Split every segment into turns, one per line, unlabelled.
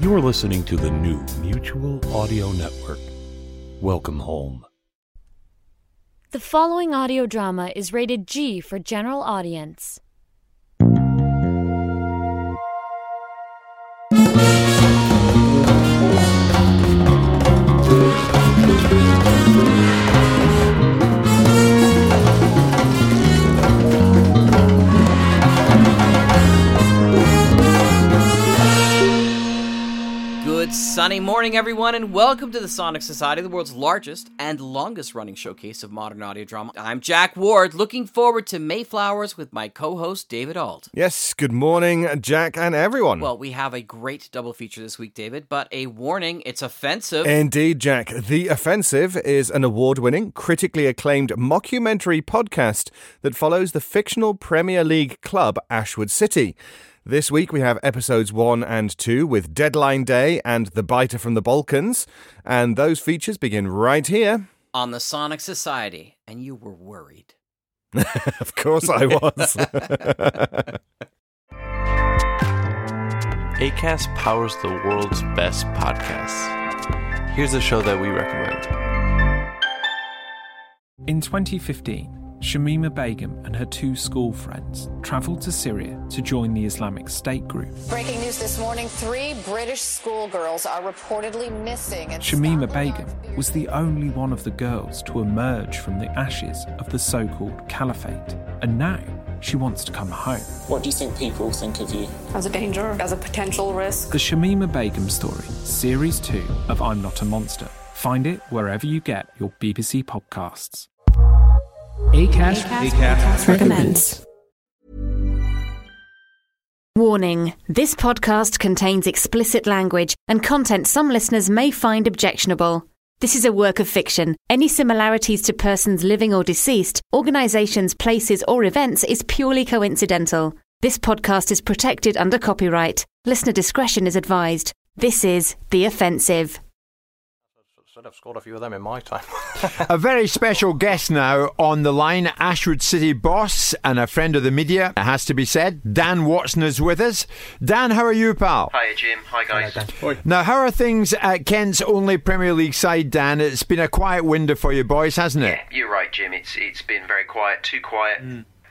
You are listening to the new Mutual Audio Network. Welcome home.
The following audio drama is rated G for general audience.
Good sunny morning, everyone, and welcome to the Sonic Society, the world's largest and longest running showcase of modern audio drama. I'm Jack Ward, looking forward to Mayflowers with my co host, David Ault.
Yes, good morning, Jack and everyone.
Well, we have a great double feature this week, David, but a warning it's offensive.
Indeed, Jack. The Offensive is an award winning, critically acclaimed mockumentary podcast that follows the fictional Premier League club Ashwood City. This week we have episodes 1 and 2 with Deadline Day and The Biter from the Balkans, and those features begin right here.
on the Sonic Society, and you were worried.
Of course I was.
ACAST powers the world's best podcasts. Here's a show that we recommend.
In 2015, Shamima Begum and her two school friends travelled to Syria to join the Islamic State group.
Breaking news this morning three British schoolgirls are reportedly missing. And
Shamima Begum was the only one of the girls to emerge from the ashes of the so called caliphate, and now she wants to come home.
What do you think people think of you?
as a danger, as a potential risk.
The Shamima Begum Story, Series 2 of I'm Not a Monster. Find it wherever you get your BBC podcasts. ACAST,
recommends.
Warning This podcast contains explicit language and content some listeners may find objectionable. This is a work of fiction. Any similarities to persons living or deceased, organizations, places, or events is purely coincidental. This podcast is protected under copyright. Listener discretion is advised. This is The Offensive.
Should have scored a few of them in my time.
A very special guest now on the line, Ashwood City boss and a friend of the media, it has to be said. Dan Watson is with us. Dan, how are you, pal?
Hiya, Jim. Hi, guys.
Now, how are things at Kent's only Premier League side, Dan? It's been a quiet window for you boys, hasn't it?
Yeah, you're right, Jim. It's it's been very quiet, too quiet.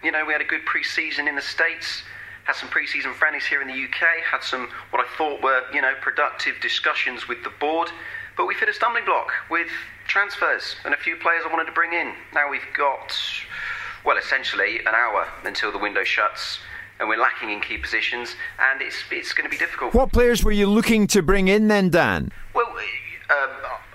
You know, we had a good pre-season in the states. Had some pre-season friendlies here in the UK. Had some what I thought were you know productive discussions with the board. But we've hit a stumbling block with transfers and a few players I wanted to bring in. Now we've got well, essentially an hour until the window shuts, and we're lacking in key positions, and it's it's going to be difficult.
What players were you looking to bring in then, Dan?
Well, um,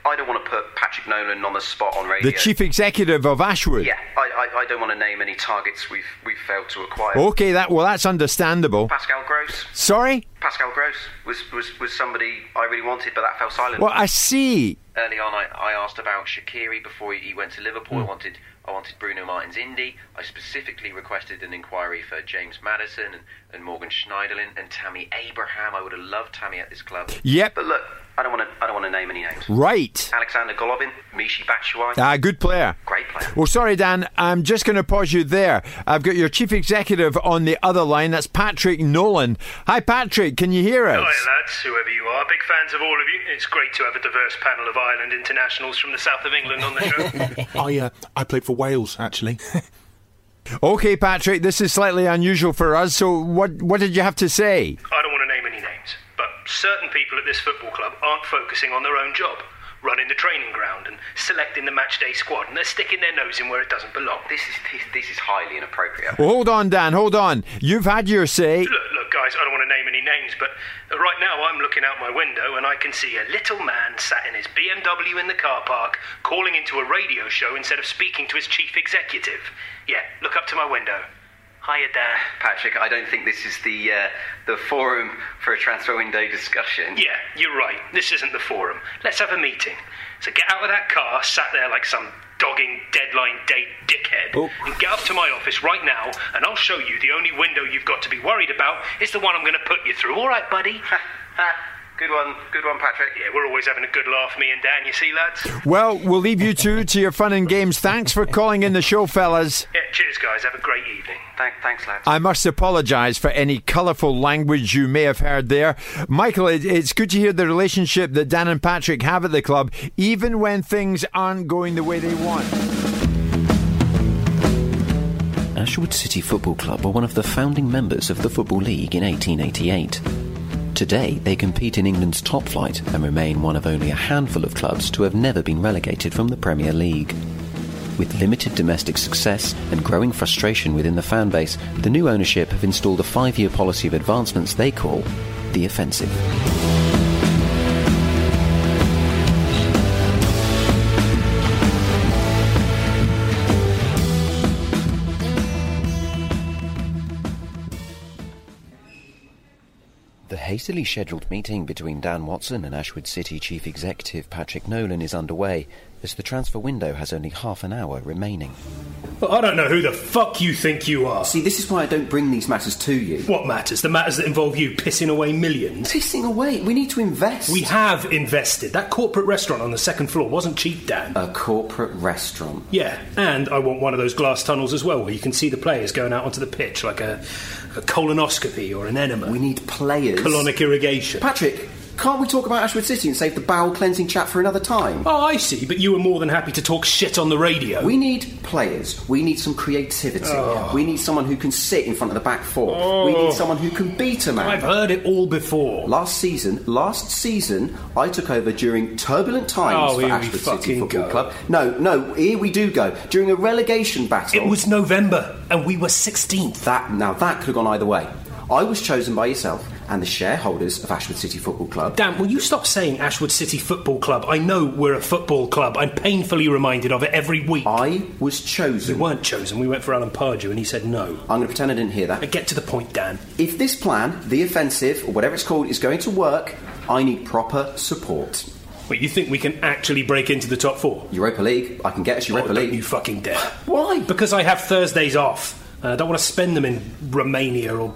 I don't want to put Patrick Nolan on the spot on radio.
The chief executive of Ashwood.
Yeah, I, I, I don't want to name any targets we've we've failed to acquire.
Okay, that well, that's understandable.
Pascal Gross.
Sorry?
Pascal Gross was, was, was somebody I really wanted, but that fell silent.
Well, I see.
Early on, I, I asked about Shakiri before he went to
Hmm.
Liverpool. I wanted I wanted Bruno Martin's Indy. I specifically requested an inquiry for James Madison and, and Morgan Schneiderlin and Tammy Abraham. I would have loved Tammy at this club.
Yep.
But look, I don't want to I don't want to name any names.
Right.
Alexander Golovin, Mishi Batshuayi,
Ah, good player.
great player.
Well, sorry, Dan. I'm just going to pause you there. I've got your chief executive on the other line. That's Patrick Nolan. Hi, Patrick. Can you hear
Oh,
us?
Hi, lads, whoever you are. Big fans of all of you. It's great to have a diverse panel of Ireland internationals from the south of England on the show.
I uh, I played for Wales actually.
Okay, Patrick. This is slightly unusual for us. So, what what did you have to say?
I don't want to name any names, but certain people at this football club aren't focusing on their own job, running the training ground and selecting the matchday squad, and they're sticking their nose in where it doesn't belong.
This is this, this is highly inappropriate.
Well, hold on, Dan. Hold on. You've had your say.
Look, look, guys, I don't want to name any names, but right now I'm looking out my window and I can see a little man sat in his BMW in the car park calling into a radio show instead of speaking to his chief executive. Yeah, look up to my window. Hiya, Dan.
Patrick, I don't think this is the uh, the forum for a transfer window discussion.
Yeah, you're right. This isn't the forum. Let's have a meeting. So get out of that car, sat there like some dogging deadline day dickhead, and get up to my office right now, and I'll show you the only window you've got to be worried about is the one I'm going to put you through. All right, buddy?
Ha,
Good one, good one, Patrick.
Yeah, we're always having a good laugh, me and Dan, you see, lads?
Well, we'll leave you two to your fun and games. Thanks for calling in the show, fellas.
Yeah, cheers, guys. Have a great evening.
Thank, thanks, lads.
I must apologise for any colourful language you may have heard there. Michael, it, it's good to hear the relationship that Dan and Patrick have at the club, even when things aren't going the way they want.
Ashwood City Football Club were one of the founding members of the Football League in 1888. Today, they compete in England's top flight and remain one of only a handful of clubs to have never been relegated from the Premier League. With limited domestic success and growing frustration within the fan base, the new ownership have installed a five year policy of advancements they call the offensive. The hastily scheduled meeting between Dan Watson and Ashwood City Chief Executive Patrick Nolan is underway, as the transfer window has only half an hour remaining.
Well, I don't know who the fuck you think you are.
See, this is why I don't bring these matters to you.
What matters? The matters that involve you pissing away millions?
Pissing away? We need to invest.
We have invested. That corporate restaurant on the second floor wasn't cheap, Dan.
A corporate restaurant.
Yeah, and I want one of those glass tunnels as well, where you can see the players going out onto the pitch, like a, a colonoscopy or an enema.
We need players.
Colonic irrigation.
Patrick, can't we talk about Ashwood City and save the bowel cleansing chat for another time?
Oh, I see, but you were more than happy to talk shit on the radio.
We need players. We need some creativity.
Oh.
We need someone who can sit in front of the back four. We
Oh.
need someone who can beat a man.
I've heard it all before.
Last season, last season, I took over during turbulent times
Oh,
for
here we
Ashford City
fucking
Football
go.
Club. No, no, here we do go during a relegation battle.
It was November, and we were 16th.
that now that could have gone either way. I was chosen by yourself and the shareholders of Ashford City Football Club.
Dan, will you stop saying Ashwood City Football Club? I know we're a football club. I'm painfully reminded of it every week.
I was chosen.
We weren't chosen. We went for Alan Pardew, and he said no.
I'm going to pretend I didn't hear that.
Get to the point, Dan.
If this plan, the offensive or whatever it's called, is going to work, I need proper support.
Wait, you think we can actually break into the top four?
Europa League, I can get us Europa
Oh,
League.
Don't you fucking dare.
Why?
Because I have Thursdays off. And I don't want to spend them in Romania or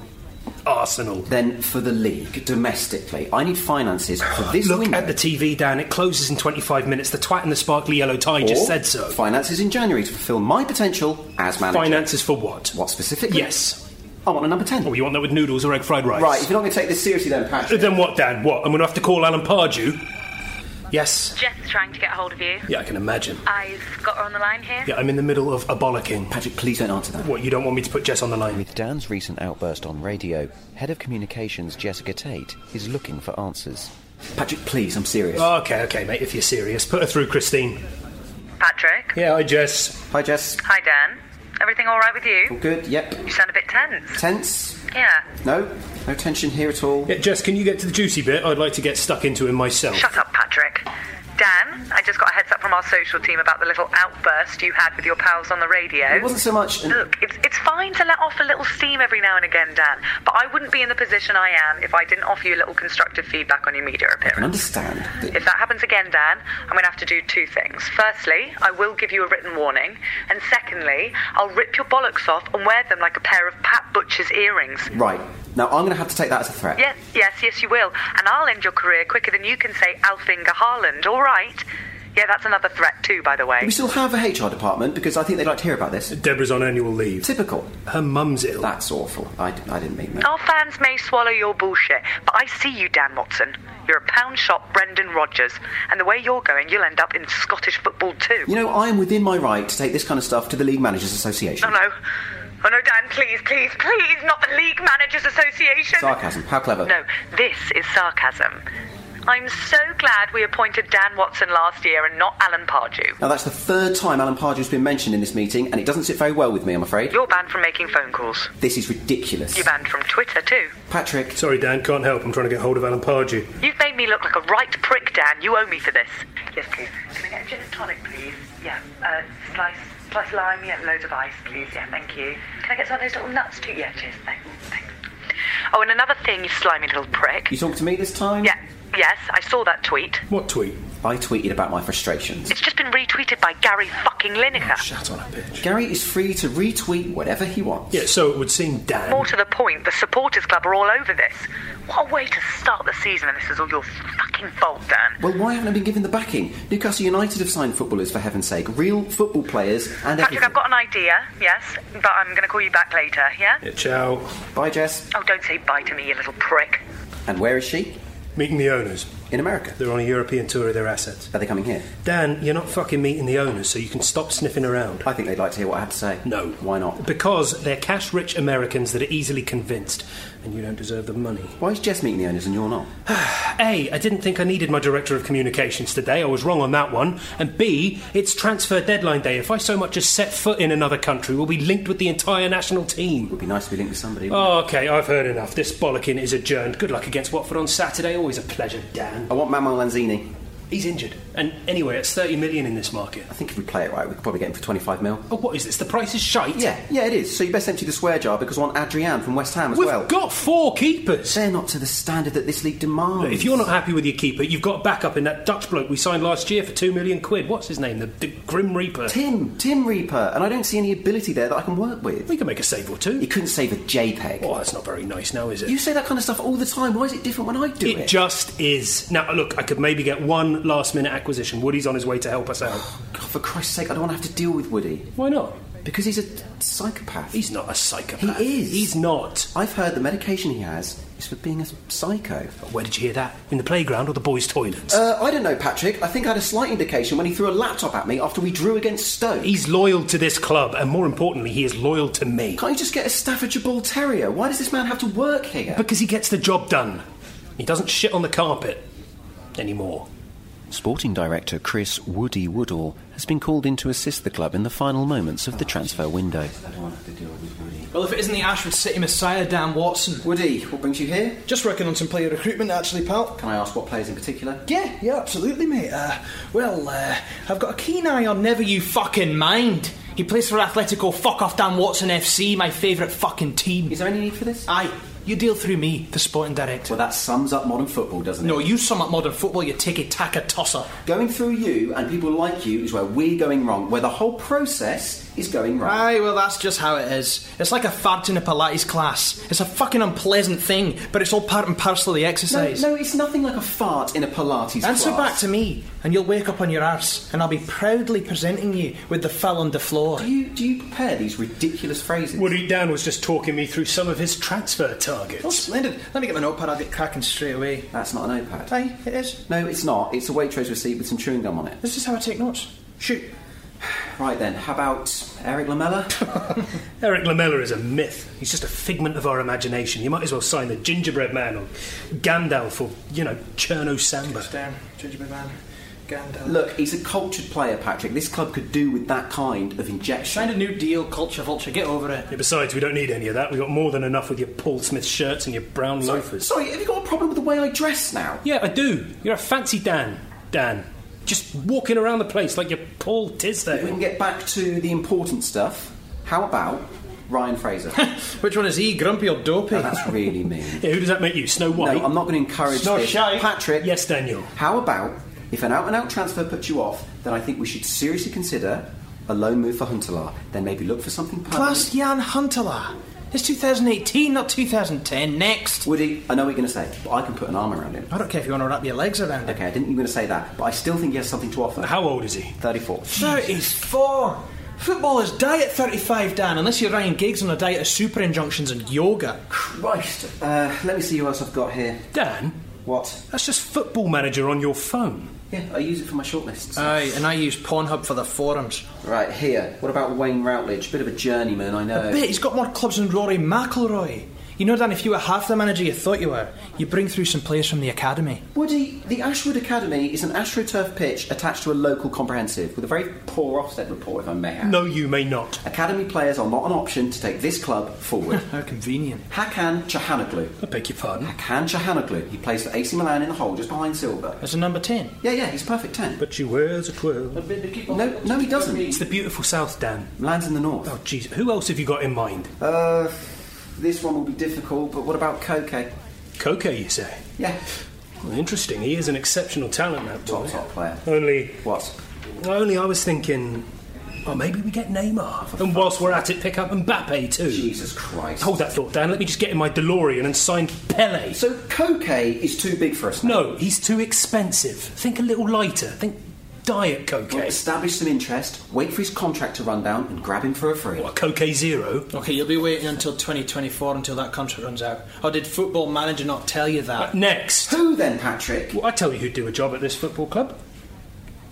Arsenal.
Then for the league domestically, I need finances for this
Look
window.
at the TV, Dan. It closes in 25 minutes. The twat in the sparkly yellow tie
Or
just said so.
Finances in January to fulfil my potential as manager.
Finances for what?
What specifically?
Yes.
I want a number 10.
Oh, you want that with noodles or egg fried rice? Uh,
Right, if you're not going to take this seriously, then Patrick.
Then what, Dan? What? I'm going to have to call Alan Pardew? Yes.
Jeff's trying to get hold of you.
Yeah, I can imagine.
I've got her on the line here.
Yeah, I'm in the middle of a bollocking.
Patrick, please don't answer that.
What, you don't want me to put Jess on the line?
With Dan's recent outburst on radio, head of communications Jessica Tate is looking for answers. Patrick, please, I'm serious.
Okay, okay, mate, if you're serious. Put her through, Christine.
Patrick.
Yeah, hi, Jess.
Hi, Jess.
Hi, Dan. Everything all right with
All
you?
good? Yep.
You sound a bit tense.
Tense?
Yeah.
No? No tension here at all?
Yeah, Jess, can you get to the juicy bit? I'd like to get stuck into it myself.
Shut up, Patrick. Dan, I just got a heads up from our social team about the little outburst you had with your pals on the radio.
It wasn't so much. an-
Look, it's, it's fine to let off a little steam every now and again, Dan, but I wouldn't be in the position I am if I didn't offer you a little constructive feedback on your media
I can
appearance.
understand. that-
If that happens again, Dan, I'm going to have to do two things. Firstly, I will give you a written warning, and secondly, I'll rip your bollocks off and wear them like a pair of Pat Butcher's earrings.
Right. Now, I'm going to have to take that as a threat.
Yes, yes, yes, you will. And I'll end your career quicker than you can say Alfinger Haaland, all right? Yeah, that's another threat too, by the way.
We still have a HR department because I think they'd like to hear about this.
Deborah's on annual leave.
Typical.
Her mum's ill.
That's awful. I, I didn't mean that.
Our fans may swallow your bullshit, but I see you, Dan Watson. You're a pound shop Brendan Rodgers, and the way you're going, you'll end up in Scottish football too.
You know, I am within my right to take this kind of stuff to the League Managers Association.
Oh no. Oh no, Dan, please, please, please, not the League Managers Association.
Sarcasm. How clever.
No, this is sarcasm. I'm so glad we appointed Dan Watson last year and not Alan Pardew.
Now, that's the third time Alan Pardew's been mentioned in this meeting, and it doesn't sit very well with me, I'm afraid.
You're banned from making phone calls.
This is ridiculous.
You're banned from Twitter too.
Patrick,
Sorry, Dan, can't help. I'm trying to get hold of Alan Pardew.
You've made me look like a right prick, Dan. You owe me for this. Yes, please. Can I get a gin and tonic, please? Yeah. Uh, slice, slice lime. Yeah, loads of ice, please. Yeah, thank you. Can I get some of those little nuts too? Yeah, cheers. Thanks. thanks. Oh, and another thing, you slimy little prick.
you talk to me this time?
Yeah. Yes, I saw that tweet.
What tweet? I tweeted about my frustrations.
It's just been retweeted by Gary fucking Lineker.
Oh, Shut on a bitch. Gary is free to retweet whatever he wants.
Yeah, so it would seem Dan.
More to the point, the supporters club are all over this. What a way to start the season, and this is all your fucking fault, Dan.
Well, why haven't I been given the backing? Newcastle United have signed footballers, for heaven's sake. Real football players and
Patrick,
everything.
I've got an idea, yes, but I'm going to call you back later, yeah?
Yeah, ciao. Bye, Jess.
Oh, don't say bye to me, you little prick.
And where is she?
Meeting the owners.
In America.
They're on a European tour of their assets.
Are they coming here?
Dan, you're not fucking meeting the owners, so you can stop sniffing around.
I think they'd like to hear what I have to say.
No.
Why not?
Because they're cash rich Americans that are easily convinced, and you don't deserve the money.
Why is Jess meeting the owners and you're not?
A, I didn't think I needed my director of communications today. I was wrong on that one. And B, it's transfer deadline day. If I so much as set foot in another country, we'll be linked with the entire national team.
It'd be nice to be linked with somebody. wouldn't
Oh, okay, I've heard enough. This bollocking is adjourned. Good luck against Watford on Saturday. Always a pleasure, Dan.
it? I want Manuel Lanzini.
He's injured. And anyway, it's 30 million in this market.
I think if we play it right, we could probably get him for 25 mil.
Oh, what is this? The price is shite?
Yeah, yeah, it is. So you best empty the swear jar because I want Adrian from West Ham as
We've
well.
got four keepers.
They're not to the standard that this league demands.
Look, if you're not happy with your keeper, you've got a backup in that Dutch bloke we signed last year for two million quid. What's his name? The, the Grim Reaper.
Tim, Tim Reaper, and I don't see any ability there that I can work with.
We can make a save or
You
two.
couldn't save a JPEG.
Oh, that's not very nice now, is it?
You say that kind of stuff all the time. Why is it different when I do it?
it just is. Now, look, I could maybe get one last minute acquisition. Woody's on his way to help us out.
Oh, God, for Christ's sake, I don't want to have to deal with Woody
Why not?
because he's a psychopath.
He's not a psychopath.
He is.
He's not.
I've heard the medication he has is for being a psycho.
Where did you hear that? In the playground or the boys' toilets?
Uh, I don't know, Patrick. I think I had a slight indication when he threw a laptop at me after we drew against Stoke.
He's loyal to this club, and more importantly, he is loyal to me.
Can't you just get a Staffordshire Bull Terrier? Why does this man have to work here?
Because he gets the job done. He doesn't shit on the carpet anymore.
Sporting director Chris Woody Woodall has been called in to assist the club in the final moments of the transfer window.
Well, if it isn't the Ashford City Messiah, Dan Watson.
Woody, what brings you here?
Just working on some player recruitment, actually, pal.
Can I ask what players in particular?
Yeah, yeah, absolutely, mate. Uh, well, uh, I've got a keen eye on Never You Fucking Mind. He plays for Atletico Fuck Off Dan Watson FC, my favourite fucking team.
Is there any need for this?
Aye, you deal through me, the sporting director.
Well, that sums up modern football, doesn't it?
No, you sum up modern football, you take a tacker tosser.
Going through you and people like you is where we're going wrong, where the whole process is going wrong.
Aye, well, that's just how it is. It's like a fart in a Pilates class. It's a fucking unpleasant thing, but it's all part and parcel of the
No,
exercise.
no, it's nothing like a fart in a Pilates class.
Answer back to me, and you'll wake up on your arse, and I'll be proudly presenting you with the fell on the floor.
Do you, do you prepare these ridiculous phrases?
Woody Dan was just talking me through some of his transfer targets.
Oh, splendid. Let me get my notepad, I'll get cracking straight away.
That's not a notepad.
Aye, it is.
No, it's not. It's a Waitrose receipt with some chewing gum on it.
This is how I take notes. Shoot.
Right then, how about Eric Lamella?
Eric Lamella is a myth. He's just a figment of our imagination. You might as well sign the Gingerbread Man or Gandalf or, you know, Cherno Samba.
Damn, um, gingerbread man. Gandalf.
Look, he's a cultured player, Patrick. This club could do with that kind of injection.
Signed a new deal, culture vulture, get over it.
Yeah, besides, we don't need any of that. We've got more than enough with your Paul Smith shirts and your brown loafers.
Sorry, have you got a problem with the way I dress now?
Yeah, I do. You're a fancy Dan. Dan. Just walking around the place like you're Paul
If we can
Tisdale.
get back to the important stuff, how about Ryan Fraser?
Which one is he, grumpy or dopey?
Now, that's really mean.
Yeah, who does that make you? Snow
No,
White?
I'm not going to encourage
Snow
this.
shy.
Patrick,
Yes, Daniel.
how about if an out and out transfer puts you off, then I think we should seriously consider a loan move for Huntelaar. Then maybe look for something permanent.
Plus Jan Huntelaar. It's 2018, not 2010. Next.
Woody, I know what you're going to say, but I can put an arm around him.
I don't care if you want to wrap your legs around it.
Okay, I didn't even going to say that, but I still think he has something to offer.
How old is he?
34.
34. Footballers die at 35, Dan, unless you're Ryan Giggs on a diet of super injunctions and yoga.
Christ. Uh, let me see who else I've got here.
Dan?
What?
That's just football manager on your phone.
Yeah, I use it for my shortlists.
Aye, and I use Pornhub for the forums.
right, here. What about Wayne Routledge? Bit of a journeyman, I know.
I bet he's got more clubs than Rory McIlroy. You know, Dan, if you were half the manager you thought you were, you bring through some players from the academy.
Woody, the Ashwood Academy is an AstroTurf pitch attached to a local comprehensive with a very poor Ofsted report, if I may add.
No, you may not.
Academy players are not an option to take this club forward.
How convenient.
Hakan Chahanoglu.
I beg your pardon.
Hakan Chahanoglu. He plays for AC Milan in the hole, just behind Silva.
As a number 10.
Yeah, yeah, he's perfect 10.
But she wears a twirl.
No, no, he
It's
doesn't.
the beautiful South, Dan.
Milan's in the north.
Oh, jeez. Who else have you got in mind?
Uh, this one will be difficult, but what about Koke?
Coco, you say?
Yeah.
Well, interesting. He is an exceptional talent, that boy.
Top, top player.
Only.
What?
Only I was thinking. Oh, maybe we get Neymar. And whilst we're at it, pick up Mbappe too. Jesus
Christ.
Hold that thought, Dan. Let me just get in my DeLorean and sign Pele.
So Coke is too big for us.
No, he's too expensive. Think a little lighter. Think diet Coke. eh?
Well, establish some interest, wait for his contract to run down, and grab him for a free.
What, Coke Zero?
Okay, you'll be waiting until 2024 until that contract runs out. Or did Football Manager not tell you that?
Next.
Who then, Patrick?
Well, I tell you who'd do a job at this football club.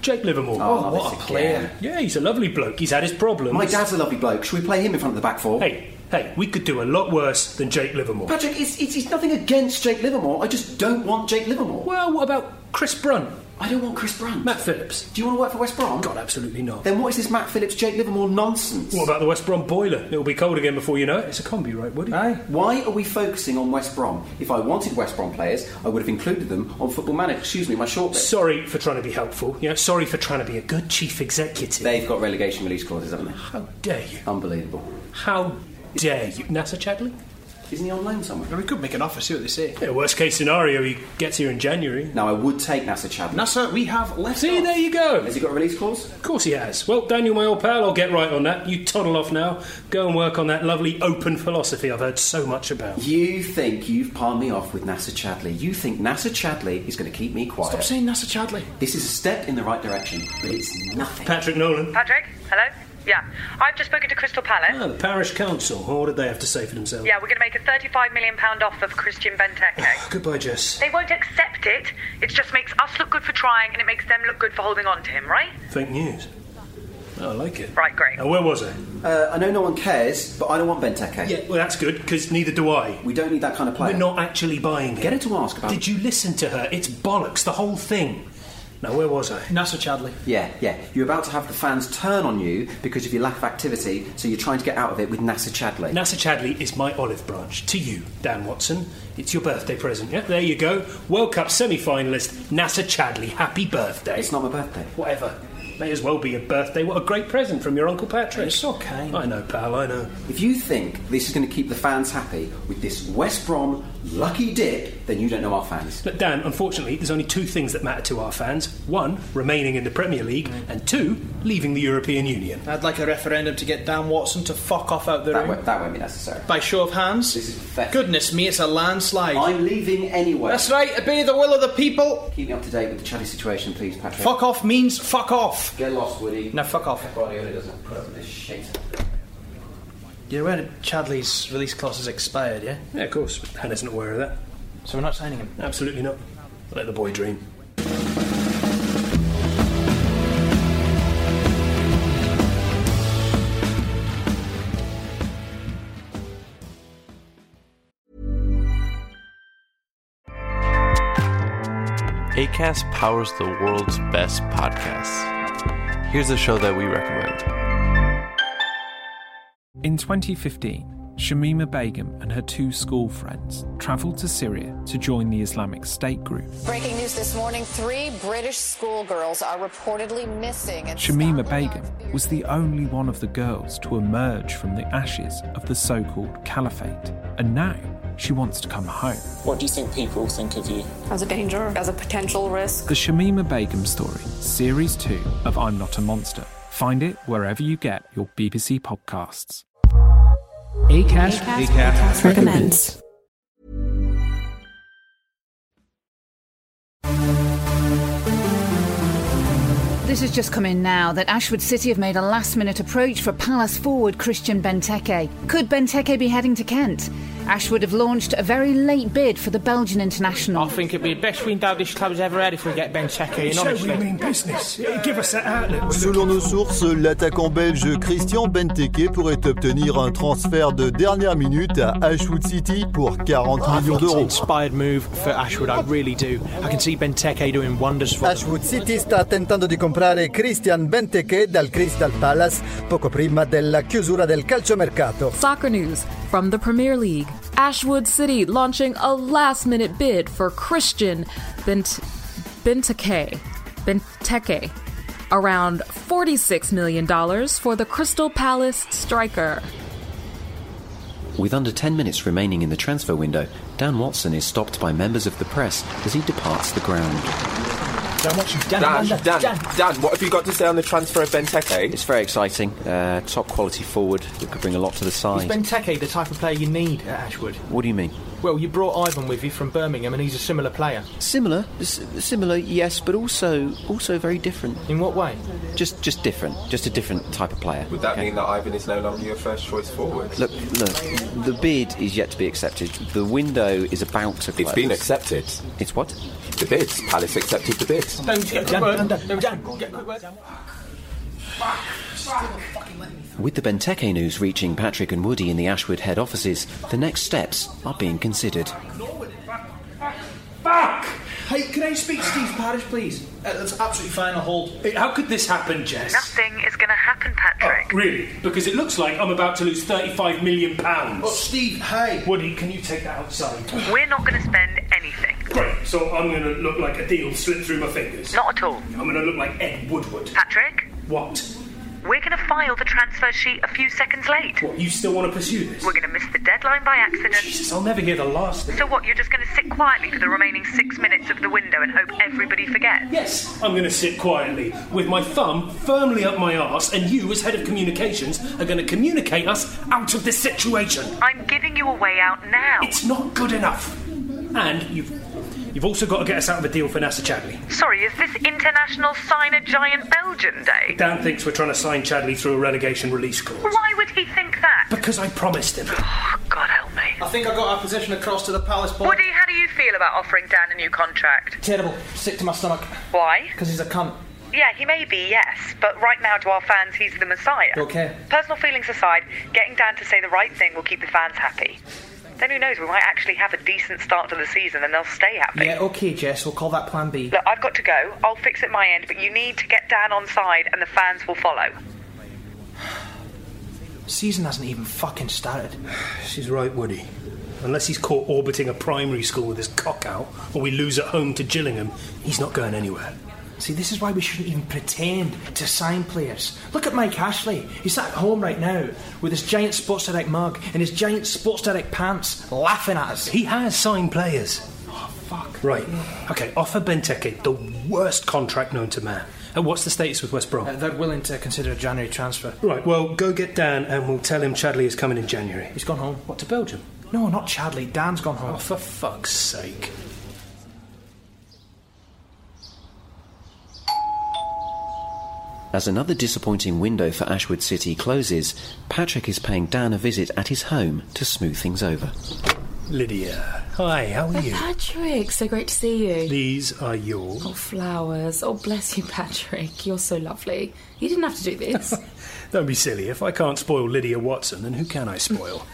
Jake Livermore.
Oh, Oh, what this a player. again.
Yeah, he's a lovely bloke. He's had his problems.
My dad's a lovely bloke. Should we play him in front of the back four?
Hey, hey, we could do a lot worse than Jake Livermore.
Patrick, it's, it's, it's nothing against Jake Livermore. I just don't want Jake Livermore.
Well, what about Chris Brunt?
I don't want Chris Brunt.
Matt Phillips.
Do you want to work for West Brom?
God, absolutely not.
Then what is this Matt Phillips, Jake Livermore nonsense?
What about the West Brom boiler? It'll be cold again before you know it. It's a combi, right, Woody?
Aye.
Why are we focusing on West Brom? If I wanted West Brom players, I would have included them on Football Manager. Excuse me, my short list.
Sorry for trying to be helpful. Yeah, sorry for trying to be a good chief executive.
They've got relegation release clauses, haven't they?
How dare you?
Unbelievable.
How dare you? NASA Chadley?
Isn't he on loan somewhere?
We could make an offer, see what they say.
Yeah, worst case scenario, he gets here in January.
No, I would take Nasser Chadwick.
NASA, we have left
See,
off.
there you go.
Has he got a release clause?
Of course he has. Well, Daniel, my old pal, I'll get right on that. You toddle off now. Go and work on that lovely open philosophy I've heard so much about.
You think you've palmed me off with Nasser Chadley. You think Nasser Chadley is going to keep me quiet.
Stop saying NASA Chadley.
This is a step in the right direction, but it's nothing.
Patrick Nolan.
Patrick, hello? Yeah, I've just spoken to Crystal Palace.
Ah, the parish council. Oh, what did they have to say for themselves?
Yeah, we're going to make a £35 million offer for Christian Benteke.
Goodbye, Jess.
they won't accept it. It just makes us look good for trying and it makes them look good for holding on to him, right?
Fake news. Oh, I like it.
Right, great.
Now, where was I?
Uh, I know no one cares, but I don't want Benteke.
Yeah, well, that's good, because neither do I.
We don't need that kind of player.
We're not actually buying him.
Get her to ask about
Did you listen to her? It's bollocks, the whole thing. Now, where was I?
NASA Chadley.
Yeah, yeah. You're about to have the fans turn on you because of your lack of activity, so you're trying to get out of it with Nasser Chadley.
NASA Chadley is my olive branch to you, Dan Watson. It's your birthday present. Yeah, there you go. World Cup semi-finalist NASA Chadley. Happy birthday.
It's not my birthday.
Whatever. May as well be a birthday. What a great present from your Uncle Patrick.
It's okay.
I know, pal, I know.
If you think this is going to keep the fans happy with this West Brom lucky dip, then you don't know our fans.
But Dan, unfortunately, there's only two things that matter to our fans. One, remaining in the Premier League, and two, leaving the European Union.
I'd like a referendum to get Dan Watson to fuck off out the
That
room.
won't, that won't be necessary.
By show of hands.
This is pathetic.
Goodness me, it's a landslide.
I'm leaving anyway.
That's right, obey the will of the people.
Keep me up to date with the Chadley situation, please, Patrick.
Fuck off means fuck off.
Get lost, Woody.
Now fuck off.
Guardiola doesn't put up with this shit.
You're aware that Chadley's release clause has expired, yeah?
Yeah, of course. Dan isn't aware of that.
So we're not signing him.
Absolutely not. Let the boy dream.
ACAST powers the world's best podcasts. Here's a show that we recommend.
In 2015, Shamima Begum and her two school friends travelled to Syria to join the Islamic State group.
Breaking news this morning three British schoolgirls are reportedly missing. And
Shamima Begum was the only one of the girls to emerge from the ashes of the so called caliphate, and now she wants to come home.
What do you think people think of you?
As a danger, as a potential risk.
The Shamima Begum Story, Series 2 of I'm Not a Monster. Find it wherever you get your BBC podcasts.
Acast, recommends.
This has just come in now that Ashwood City have made a last minute approach for Palace forward Christian Benteke. Could Benteke be heading to Kent? Ashwood have launched a very late bid for the Belgian international.
I think it'd be the best window this club's ever had if we get Ben Cheke in,
Show we
honestly.
mean business. Yeah, Give us uh, that outlet. We're
Selon nos sources, l'attaquant belge Christian Benteke pourrait obtenir un transfert de dernière minute à Ashwood City pour 40 millions
It's an
d'euros.
inspired move for Ashwood, I really do. I can see Ben Teke doing wonders for them.
Ashwood City sta tentando di comprare Christian Benteke dal Crystal Palace poco prima della chiusura del calciomercato.
Soccer news from the Premier League. Ashwood City launching a last minute bid for Christian Bent- Benteke. Benteke. Around $46 million for the Crystal Palace striker.
With under 10 minutes remaining in the transfer window, Dan Watson is stopped by members of the press as he departs the ground.
Dan Watson, Dan,
Dan,
Dan,
Dan,
Dan.
Dan, what have you got to say on the transfer of Benteke?
It's very exciting. Uh, top quality forward that could bring a lot to the
Is
side.
Benteke the type of player you need at Ashwood?
What do you mean?
Well, you brought Ivan with you from Birmingham, and he's a similar player.
Similar, S- similar, yes, but also also very different.
In what way?
Just just different. Just a different type of player.
Would that
Okay.
mean that Ivan is no longer your first choice forward?
Look, look. The bid is yet to be accepted. The window is about to close.
It's been accepted.
It's what?
The bid. Palace accepted the bid.
Dan, Dan, Dan, Dan, get a quick word.
With the Benteke news reaching Patrick and Woody in the Ashwood head offices, the next steps are being considered.
Fuck!
Hey, can I speak to Steve Parish, please? Uh, that's absolutely fine. I'll hold.
Hey, How could this happen, Jess?
Nothing is going to happen, Patrick.
Really? Because it looks like I'm about to lose 35 million pounds.
Oh, Steve, hey.
Woody, can you take that outside?
We're not going to spend anything.
Great. So I'm going to look like a deal slipped through my fingers.
Not at all.
I'm going to look like Ed Woodward.
Patrick,
What?
we're going to file the transfer sheet a few seconds late.
What? You still want to pursue this?
We're going to miss the deadline by accident.
Jesus, I'll never hear the last of it.
So what? You're just going to sit quietly for the remaining six minutes of the window and hope everybody forgets?
Yes, I'm going to sit quietly with my thumb firmly up my arse, and you, as head of communications, are going to communicate us out of this situation.
I'm giving you a way out now.
It's not good enough. And you've you've also got to get us out of a deal for NASA Chadley.
Sorry, is this International Sign a Giant Belgian Day?
Dan thinks we're trying to sign Chadley through a relegation release clause.
Why would he think that?
Because I promised him.
God help me.
I think I got our position across to the Palace board.
Woody, how do you feel about offering Dan a new contract?
Terrible. Sick to my stomach.
Why?
Because he's a cunt.
Yeah, he may be, yes, but right now to our fans, he's the messiah.
Okay.
Personal feelings aside, getting Dan to say the right thing will keep the fans happy. Then who knows, we might actually have a decent start to the season and they'll stay happy.
Yeah, okay, Jess. We'll call that Plan B.
Look, I've got to go. I'll fix it my end, but you need to get Dan on side and the fans will follow.
Season hasn't even fucking started.
She's right, Woody. Unless he's caught orbiting a primary school with his cock out, or we lose at home to Gillingham, he's not going anywhere.
See, this is why we shouldn't even pretend to sign players. Look at Mike Ashley. He's sat at home right now with his giant Sports Direct mug and his giant Sports Direct pants laughing at us.
He has signed players.
Fuck.
Right. Okay, offer Benteke the worst contract known to man. And what's the status with West Brom?
Uh, they're willing to consider a January transfer.
Right, well, go get Dan and we'll tell him Chadley is coming in January.
He's gone home.
What, to Belgium?
No, not Chadley. Dan's gone home.
Oh, for fuck's sake.
As another disappointing window for Ashwood City closes, Patrick is paying Dan a visit at his home to smooth things over.
Lydia. Hi, how are you?
Oh, Patrick, so great to see you.
These are your.
Oh, flowers. Oh, bless you, Patrick. You're so lovely. You didn't have to do this.
Don't be silly. If I can't spoil Lydia Watson, then who can I spoil?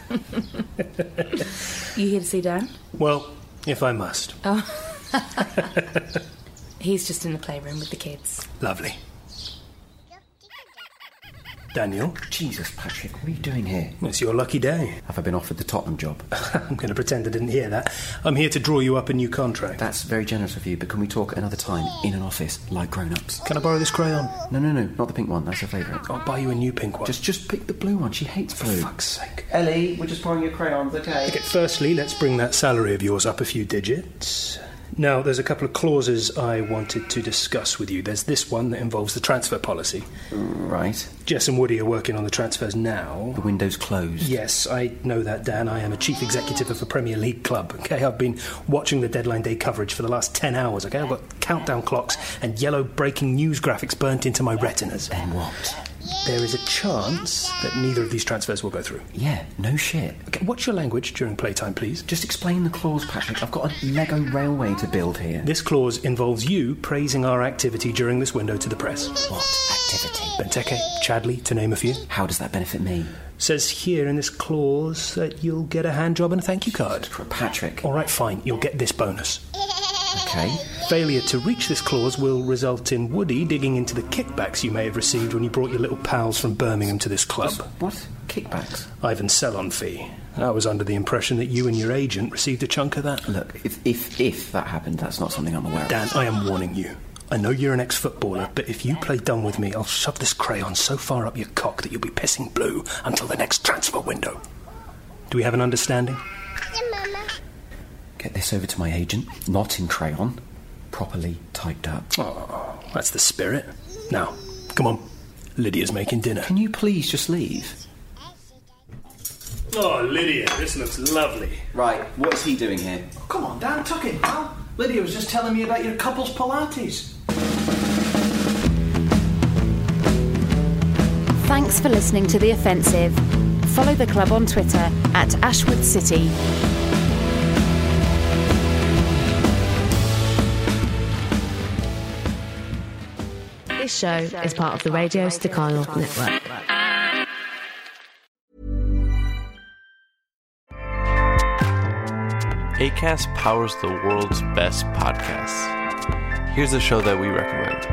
you here to see Dan?
well, if I must.
Oh. He's just in the playroom with the kids.
Lovely. Daniel,
Jesus, Patrick, what are you doing here?
it's your lucky day.
Have I been offered the Tottenham job?
I'm going to pretend I didn't hear that. I'm here to draw you up a new contract.
That's very generous of you, but can we talk another time in an office like grown ups?
Can I borrow this crayon?
No, no, no, not the pink one. That's her favourite.
I'll buy you a new pink one.
Just, just pick the blue one. She hates
for
blue.
fuck's sake.
Ellie, we're just borrowing your crayons, okay?
Okay, firstly, let's bring that salary of yours up a few digits. Now, there's a couple of clauses I wanted to discuss with you. There's this one that involves the transfer policy.
Right.
Jess and Woody are working on the transfers now.
The window's closed.
Yes, I know that, Dan. I am a chief executive of a Premier League club. Okay, I've been watching the deadline day coverage for the last 10 hours. Okay, I've got countdown clocks and yellow breaking news graphics burnt into my retinas.
And what?
There is a chance that neither of these transfers will go through.
Yeah, no shit.
Okay, what's your language during playtime, please?
Just explain the clause, Patrick. I've got a Lego railway to build here.
This clause involves you praising our activity during this window to the press.
What activity?
Benteke, Chadley, to name a few.
How does that benefit me?
Says here in this clause that you'll get a hand job and a thank you card.
Patrick.
All right, fine, you'll get this bonus.
Okay.
Failure to reach this clause will result in Woody digging into the kickbacks you may have received when you brought your little pals from Birmingham to this club.
What? Kickbacks?
Ivan Sellon fee. I was under the impression that you and your agent received a chunk of that.
Look, if, if, if that happened, that's not something I'm aware of.
Dan, I am warning you. I know you're an ex footballer, but if you play dumb with me, I'll shove this crayon so far up your cock that you'll be pissing blue until the next transfer window. Do we have an understanding?
Get this over to my agent, not in crayon, properly typed up.
Oh, that's the spirit. Now, come on. Lydia's making dinner.
Can you please just leave?
Oh, Lydia, this looks lovely.
Right, what's he doing here?
Come on, Dan, tuck in, pal. Lydia was just telling me about your couple's Pilates.
Thanks for listening to The Offensive. Follow the club on Twitter at Ashwood City.
This show is part of the Radio Stakhanov Network.
ACAST powers the world's best podcasts. Here's a show that we recommend.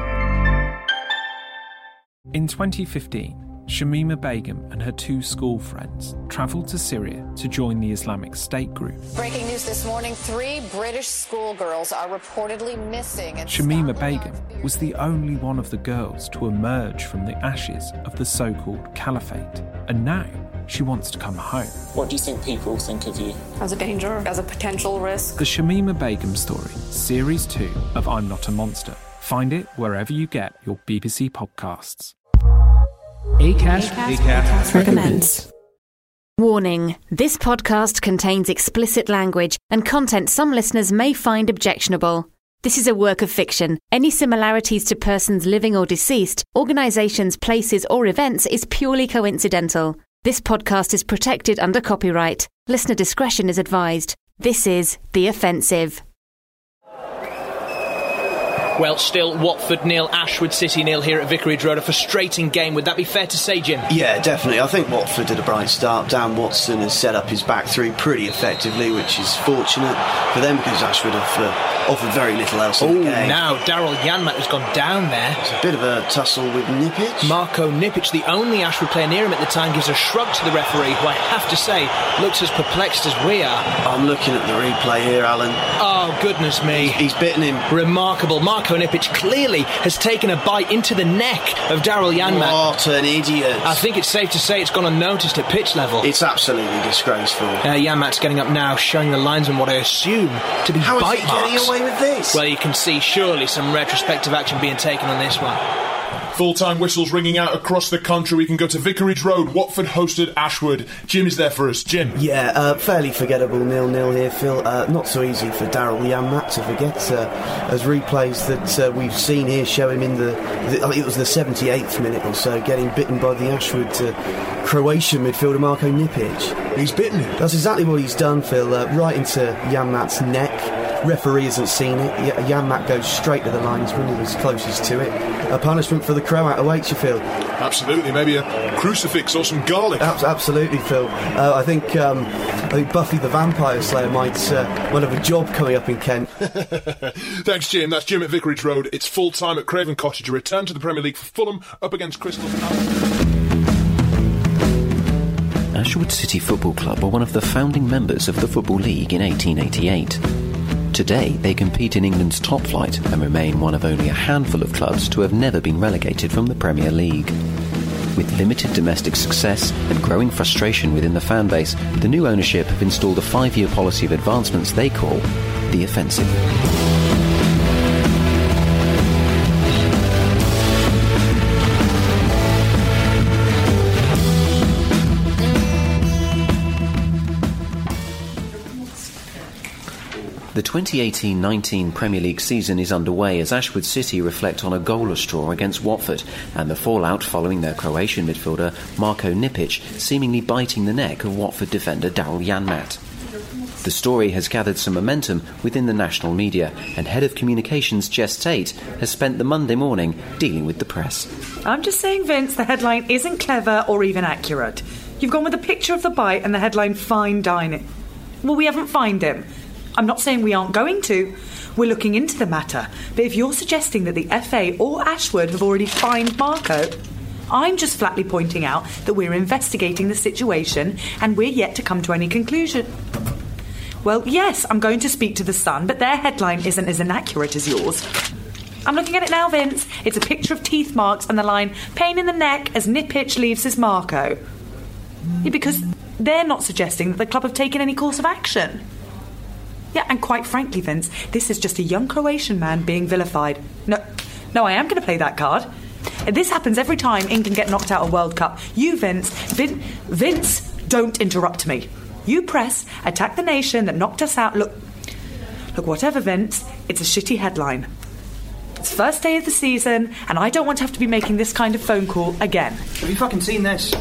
In 2015, Shamima Begum and her two school friends travelled to Syria to join the Islamic State group.
Breaking news this morning three British schoolgirls are reportedly missing. And
Shamima Begum was the only one of the girls to emerge from the ashes of the so called caliphate, and now she wants to come home.
What do you think people think of you?
As a danger, as a potential risk.
The Shamima Begum Story, Series 2 of I'm Not a Monster. Find it wherever you get your BBC podcasts.
Acast, recommends.
Warning this podcast contains explicit language and content some listeners may find objectionable. This is a work of fiction. Any similarities to persons living or deceased, organizations, places, or events is purely coincidental. This podcast is protected under copyright. Listener discretion is advised. This is The Offensive.
Well, still Watford nil, Ashwood City nil here at Vicarage Road. A frustrating game. Would that be fair to say, Jim?
Yeah, definitely. I think Watford did a bright start. Dan Watson has set up his back three pretty effectively, which is fortunate for them because Ashwood have uh, offered very little else in
Oh,
the game.
now Daryl Yanmat has gone down there.
It's a bit of a tussle with Nipic.
Marco Nipic, the only Ashwood player near him at the time, gives a shrug to the referee, who I have to say looks as perplexed as we are.
I'm looking at the replay here, Alan.
Oh, goodness me.
He's bitten him.
Remarkable. Marco Nipic clearly has taken a bite into the neck of Daryl Yanmat.
What an idiot.
I think it's safe to say it's gone unnoticed at pitch level.
It's absolutely disgraceful.
Uh, Yanmat's getting up now, showing the linesman what I assume to be
How is
bite
he
marks.
getting away with this?
Well, you can see surely some retrospective action being taken on this one.
Full time whistles ringing out across the country. We can go to Vicarage Road. Watford hosted Ashwood. Jim is there for us. Jim.
Yeah, uh, fairly forgettable nil-nil here, Phil. Uh, not so easy for Daryl Yanmat to forget, uh, as replays that uh, we've seen here show him in the, the I think it was the 78th minute or so, getting bitten by the Ashwood uh, Croatian midfielder Marko Nipic.
He's bitten him.
That's exactly what he's done, Phil. Uh, right into Yanmat's neck. Referee hasn't seen it. Y- Yanmat goes straight to the linesman who was closest to it. A punishment for the Croat awaits you, Phil.
Absolutely. Maybe a crucifix or some garlic.
Abs- absolutely, Phil. Uh, I think um, I think Buffy the Vampire Slayer might uh, will have a job coming up in Kent.
Thanks, Jim. That's Jim at Vicarage Road. It's full time at Craven Cottage. A return to the Premier League for Fulham up against Crystal Palace.
Ashwood City Football Club were one of the founding members of the Football League in 1888. Today, they compete in England's top flight and remain one of only a handful of clubs to have never been relegated from the Premier League. With limited domestic success and growing frustration within the fan base, the new ownership have installed a five year policy of advancements they call the offensive. The 2018-19 Premier League season is underway as Ashwood City reflect on a goalless draw against Watford and the fallout following their Croatian midfielder Marko Nipic seemingly biting the neck of Watford defender Daryl Janmat. The story has gathered some momentum within the national media, and Head of Communications Jess Tate has spent the Monday morning dealing with the press.
I'm just saying, Vince, the headline isn't clever or even accurate. You've gone with a picture of the bite and the headline fine dining. Well, we haven't fined him. I'm not saying we aren't going to. We're looking into the matter. But if you're suggesting that the FA or Ashwood have already fined Marco, I'm just flatly pointing out that we're investigating the situation and we're yet to come to any conclusion. Well, yes, I'm going to speak to The Sun, but their headline isn't as inaccurate as yours. I'm looking at it now, Vince. It's a picture of teeth marks and the line, pain in the neck as Nipitch leaves his Marco. Yeah, because They're not suggesting that the club have taken any course of action. Yeah, and quite frankly, Vince, this is just a young Croatian man being vilified. No, no, I am going to play that card. This happens every time England get knocked out of World Cup. You, Vince, Vin, Vince, don't interrupt me. You press, attack the nation that knocked us out. Look, look, whatever, Vince, it's a shitty headline. It's first day of the season, and I don't want to have to be making this kind of phone call again.
Have you fucking seen this?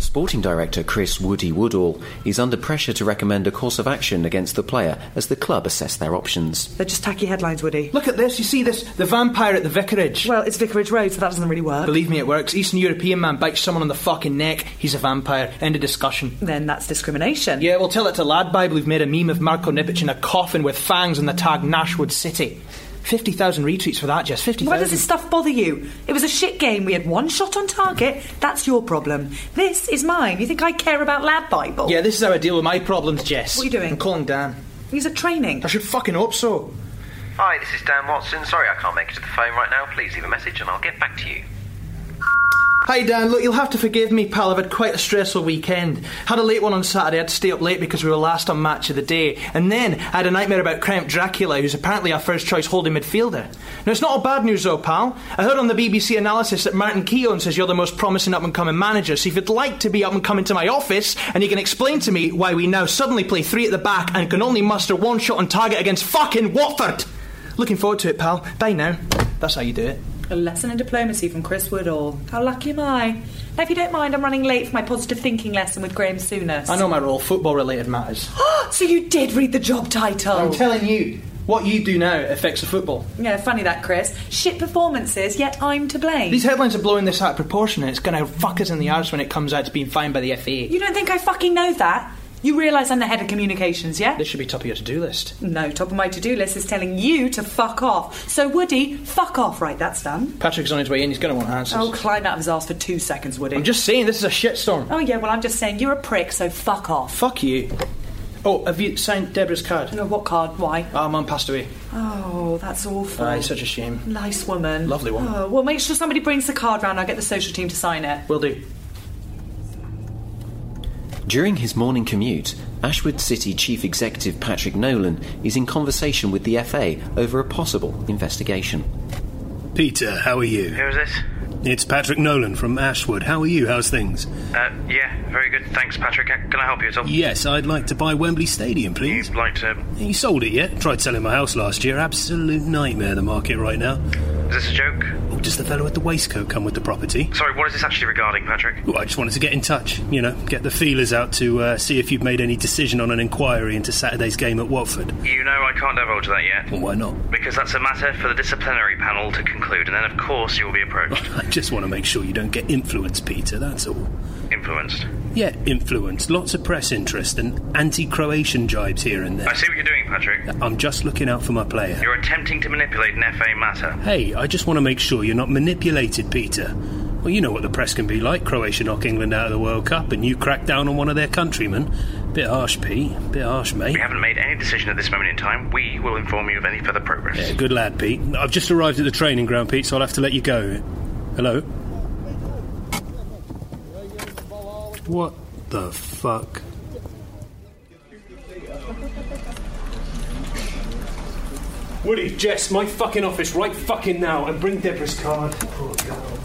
Sporting director Chris Woody Woodall is under pressure to recommend a course of action against the player as the club assess their options.
They're just tacky headlines, Woody.
Look at this. You see this? The vampire at the vicarage.
Well, it's Vicarage Road, so that doesn't really work.
Believe me, it works. Eastern European man bites someone on the fucking neck. He's a vampire. End of discussion.
Then that's discrimination.
Yeah, well, tell it to Lad Bible who've made a meme of Marco Nipic in a coffin with fangs and the tag Nashwood City. 50,000 retweets for that, Jess. 50,000.
Why does this stuff bother you? It was a shit game. We had one shot on target. That's your problem. This is mine. You think I care about Lad Bible?
Yeah, this is how I deal with my problems, Jess.
What are you doing?
I'm calling Dan.
He's at training.
I should fucking hope so.
Hi, this is Dan Watson. Sorry I can't make it to the phone right now. Please leave a message and I'll get back to you.
Hi Dan, look, you'll have to forgive me, pal. I've had quite a stressful weekend. Had a late one on Saturday. I had to stay up late because we were last on match of the day, and then I had a nightmare about Kremp Dracula, who's apparently our first choice holding midfielder. Now it's not all bad news though, pal. I heard on the BBC analysis that Martin Keown says you're the most promising up and coming manager. So if you'd like to be up and coming to my office, and you can explain to me why we now suddenly play three at the back and can only muster one shot on target against fucking Watford. Looking forward to it, pal. Bye now. That's how you do it.
A lesson in diplomacy from Chris Woodall. How lucky am I? Now, if you don't mind, I'm running late for my positive thinking lesson with Graham Souness.
I know my role, football related matters.
so you did read the job title.
I'm telling you, what you do now affects the football.
Yeah, funny that, Chris. Shit performances, yet I'm to blame.
These headlines are blowing this out of proportion and it's going to fuck us in the arse when it comes out to being fined by the FA.
You don't think I fucking know that? You realise I'm the head of communications, yeah?
This should be top of your to do list.
No, top of my to do list is telling you to fuck off. So, Woody, fuck off, right? That's done.
Patrick's on his way in, he's going to want answers.
Oh, climb out of his ass for two seconds, Woody.
I'm just saying, this is a shitstorm.
Oh, yeah, well, I'm just saying you're a prick, so fuck off.
Fuck you. Oh, have you signed Deborah's card?
No, what card? Why?
Our mum passed away.
Oh, that's awful.
Aye, such a shame.
Nice woman.
Lovely woman.
Oh, well, make sure somebody brings the card round. I'll get the social team to sign it.
Will do.
During his morning commute, Ashwood City Chief Executive Patrick Nolan is in conversation with the FA over a possible investigation.
Peter, how are you?
Who is this?
It's Patrick Nolan from Ashwood. How are you? How's things?
Oh.
Uh, yeah, very good. Thanks, Patrick. Can I help you at all?
Yes, I'd like to buy Wembley Stadium, please.
You'd like to.
You sold it yet? Tried selling my house last year. Absolute nightmare, the market right now.
Is this a joke?
Oh, does the fellow at the waistcoat come with the property?
Sorry, what is this actually regarding, Patrick?
Well, I just wanted to get in touch, you know, get the feelers out to uh, see if you've made any decision on an inquiry into Saturday's game at Watford.
You know I can't divulge that yet.
Well, why not?
Because that's a matter for the disciplinary panel to conclude, and then, of course, you will be approached.
I just want to make sure you don't get influenced, Peter, that's all.
Influenced?
Yeah, influenced. Lots of press interest and anti Croatian jibes here and there.
I see what you're doing, Patrick.
I'm just looking out for my player.
You're attempting to manipulate an FA matter.
Hey, I just want to make sure you're not manipulated, Peter. Well, you know what the press can be like. Croatia knock England out of the World Cup, and you crack down on one of their countrymen. Bit harsh, Pete. Bit harsh, mate.
We haven't made any decision at this moment in time. We will inform you of any further progress.
Yeah, good lad, Pete. I've just arrived at the training ground, Pete, so I'll have to let you go. Hello? What the fuck?
Woody, Jess, my fucking office right fucking now and bring Deborah's card. Poor girl.